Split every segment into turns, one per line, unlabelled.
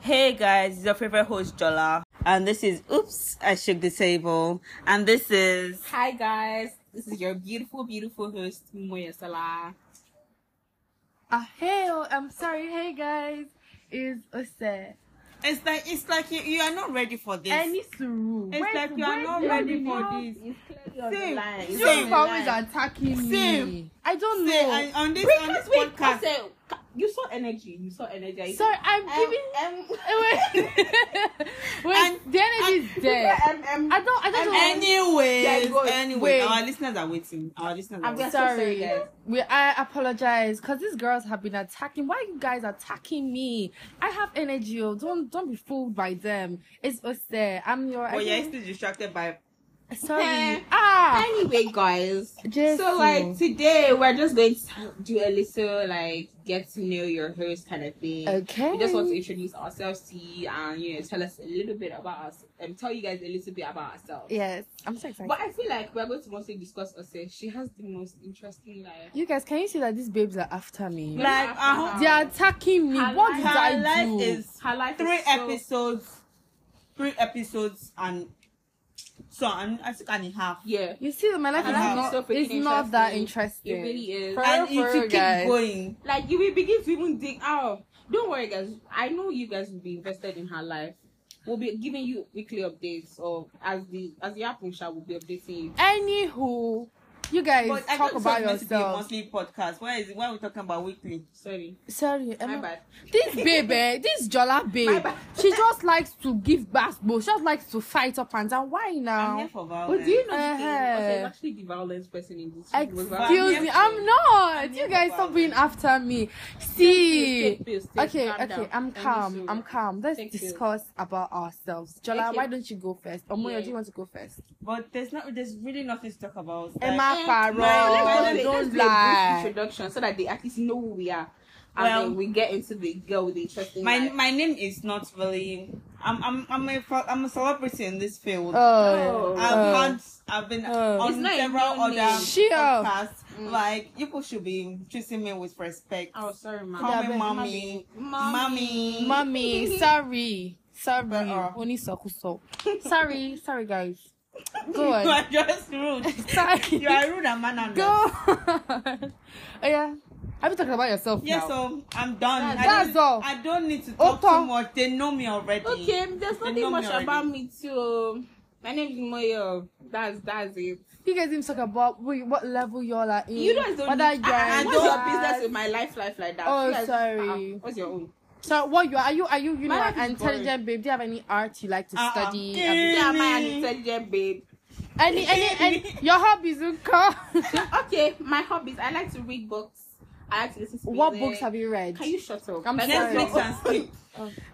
Hey guys, it's your favorite host Jola, and this is Oops, I Shook the Table, and this is
Hi guys, this is your beautiful, beautiful host Moya Salah.
Ah, hey, oh, I'm sorry. Hey, guys. It's Ose.
It's like it's like you, you are not ready for this.
Any suru.
It's like you are not ready for this. Same,
You
same,
people always attacking me.
Same.
I don't
same.
know.
And on this on this
Because wait,
podcast,
Ose, you saw energy. You saw energy. I-
sorry, I'm
Um,
giving.
um,
wait, wait
And-
the energy is there.
um, um,
I don't. I don't know.
Yeah,
anyways,
go-
anyway,
wait.
our listeners are waiting. Our listeners are
I'm
waiting.
just-
sorry.
so sorry, guys.
we, I apologize because these girls have been attacking. Why are you guys attacking me? I have energy. Oh, don't don't be fooled by them. It's Ose. I'm your.
Oh,
Well,
I
you're
don't-
still distracted by
sorry.
Eh.
ah.
anyway, guys.
Jesus.
So like today, we're just going to do a little like get to know your host kind of thing.
Okay.
We just want to introduce ourselves to you and you know tell us a little bit about us and tell you guys a little bit about ourselves.
Yes, I'm so excited.
But I feel like we're going to mostly discuss Ose. She has the most interesting life.
You guys, can you see that these babes are after me?
Like,
like uh,
uh-huh.
They are attacking me.
Her
What
life-
did
her
I
life
do?
is
Her life
three
is so-
episodes, three episodes, and so and I think and a half.
Yeah.
You see, my life
Her
is
life is
not,
so freaking
it's not that
It
interesting.
really is.
For
and if
real, for
you
real,
keep
guys.
going,
like you will begin to even dig out. Don't worry, guys. I know you guys will be invested in her life. We'll be giving you weekly updates, or as the as the app shall we'll be updating you.
Anywho, you guys
but I
talk
thought
about
it was meant to be a
yourself.
monthly podcast. Why is it? Why are we talking about weekly?
Sorry,
Sorry,
my
Emma.
bad.
this babe, eh, this
My
jolla babe,
bad.
she just likes to give basketball. She just likes to fight up and down. Why
I'm here
now?
for
But
violence.
Oh, do you know the thing?
Uh-huh.
Also, I'm actually the violence person in this. room. It was violence.
Excuse me, I'm not.
I'm here
you guys
for
stop being after me. See.
Take pills, take
okay
calm down.
okay i'm
Thank you
calm
so
i'm
much.
calm let's
Thank you.
discuss about ourselves jola
Okay.
why don't you go first omoyo
Yeah.
do you want to go first
But there's not. There's really nothing to talk about. Like,
emma
Eh,
farrow
my-
Let's do a- let's
don't
do a brief
lie
Introduction so that they at least know who we are, and
Well-
then we get into the girl with the interesting.
my
life.
my name is not really. I'm I'm I'm a fo- I'm a celebrity in this field.
oh,
I've
oh.
had I've been
Oh.
on
It's not a
several
real
other
name.
Shut up.
podcasts.
Mm.
Like people should be treating me with respect.
Oh, sorry, ma'am.
Call me
Yeah, but-
mommy,
Mommy.
mommy.
mommy sorry sorry
But, uh,
only soku so sorry sorry guys go
you
on
are just rude.
sorry
you are rude and mannerless.
go on. oh yeah have you talked about yourself
Yes,
um,
now
so I'm done.
That's-
I don't-
that's all.
I don't need to talk
Opa.
too much. They know me already.
Okay, there's
They
nothing
know me
much
already.
about me too. My name is Moyo. That's that's it.
you guys didn't talk about wait, what level y'all are in
You guys don't.
whether
I,
you're
I,
in
what's your
class.
business with my life, life like that?
Oh,
You guys-
sorry.
uh-uh. what's your own?
So what you are, are you are you you know
My life is
an
boring. Uh,
intelligent babe? Do you have any art you like to
Uh-uh.
study?
Yeah.
Yeah, am I an
Me.
intelligent babe?
Any any any your hobbies Unka?
okay, my hobbies. I like to read books. I like to listen to
What
music.
books have you read?
Can you shut up?
I'm
Like,
sorry.
that's
Netflix
not-
and sleep.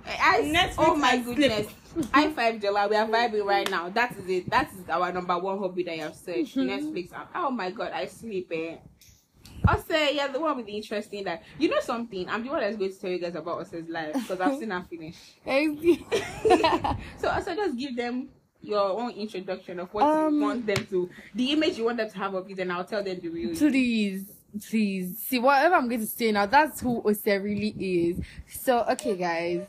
I,
Netflix
oh my
and sleep.
goodness. High five, Jola. We are vibing right now. That is it. That is our number one hobby that I have searched.
Mhm.
Netflix. app. Oh my god, I sleep. Eh. Ose, yeah, the one with the interesting life. You know something? I'm the one that's going to tell you guys about Ose's life because I've seen her finish. So Ose, just give them your own introduction of what
Um,
you want them to, the image you want them to have of you. Then I'll tell them the real. you.
please please see whatever I'm going to say now. That's who Ose really is. So okay guys.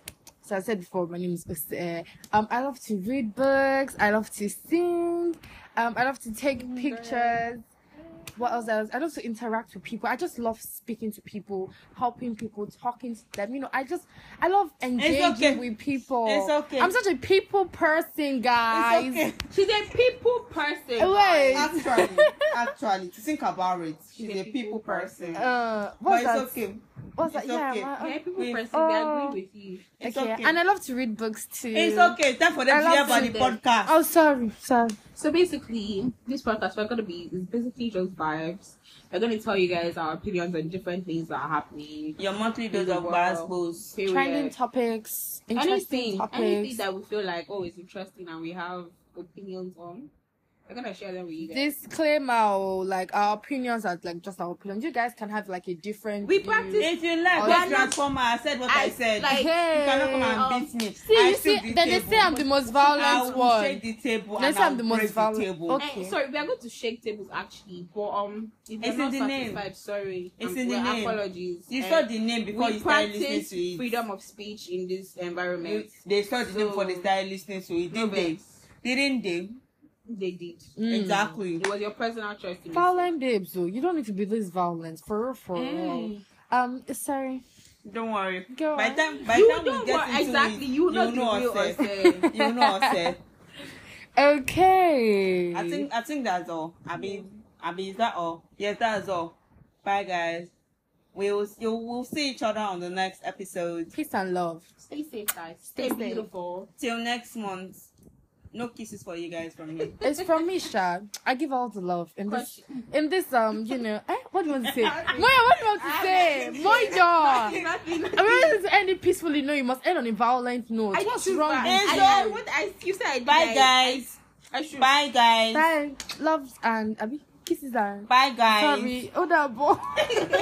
So I said before, my name is Ose. Um, I love to read books. I love to sing. Um, I love to take pictures. What else? I love, I love to interact with people. I just love speaking to people, helping people, talking to them. You know, I just I love engaging
okay.
with people.
It's okay.
I'm such a people person, guys.
It's okay.
Uh,
She's a people person.
Wait.
Actually, actually, to think about it, she's a people person.
Uh,
But
what's
it's
that?
okay.
What's
It's
that? Yeah,
okay.
my-
Yeah, people
Wait.
person.
Oh.
They agree with you.
It's
okay.
okay.
And I love to read books too.
It's okay. It's time for them
I
to hear
love
about
to
the
them.
podcast.
Oh, sorry, sorry.
So basically, this podcast we're gonna be is basically just vibes. We're gonna tell you guys our opinions on different things that are happening.
Your monthly dose
Wow.
of basketballs.
Period.
Trending topics, interesting
anything,
topics.
anything that we feel like oh is interesting and we have opinions on. We're gonna share them with you guys.
Disclaimer, oh, like our opinions are like just our opinions. You guys can have like a different.
We
view.
practice-
If you like,
Oh,
just
yeah.
transformer. I said what I,
I-
said.
like,
you cannot come and
um,
beat me.
oh. See,
I
you
shook
see, then they say
table.
I'm the most
I
violent
will
one.
shake the table
They
and
say I'm
I'll
the most
break
violent-
the table.
Okay.
Eh, sorry, we are going to shake tables actually, but um, if
It's
you're not
in the name.
satisfied, sorry,
It's
um,
in the
well,
name.
Apologies.
You
Eh,
saw the name before
we
you started listening
practice
to it.
freedom of speech in this environment.
You- They saw the name before they
So-
started listening to it.
No
Didn't they?
babes.
Didn't they?
They did.
Mm.
Exactly.
It was your personal choice. To
Violent babes, though. You don't need to be this violent. For real, for
listen.
real. Um, sorry.
Don't worry.
Go
By
on.
Mm. time, by
you
time
don't
we get
want
into
exactly.
it,
You know the
know
real
ourselves.
ourselves.
you know eh. ourselves.
Okay.
I think I think that's all. I mean, I mean, is that all? Yes, that's all. Bye, guys. We'll you we'll see each other on the next episode.
peace and love.
Stay safe, guys. Stay,
safe.
beautiful.
Till next month. No kisses for you guys from me.
It's from Misha. I give all the love in this,
Question.
in this um, you know, eh, what do you want to say? Moya, what do you want to say? Moya,
Nothing.
I mean, this is ending peacefully. No, you must end on a violent note.
I
What's
choose
wrong?
back.
with
It's
you?
I, I, what I, you said I did,
Bye,
I-
guys.
I should.
Bye, guys.
Bye. Loves and abi, kisses and.
Bye, guys.
Sorry. Oh, that boy.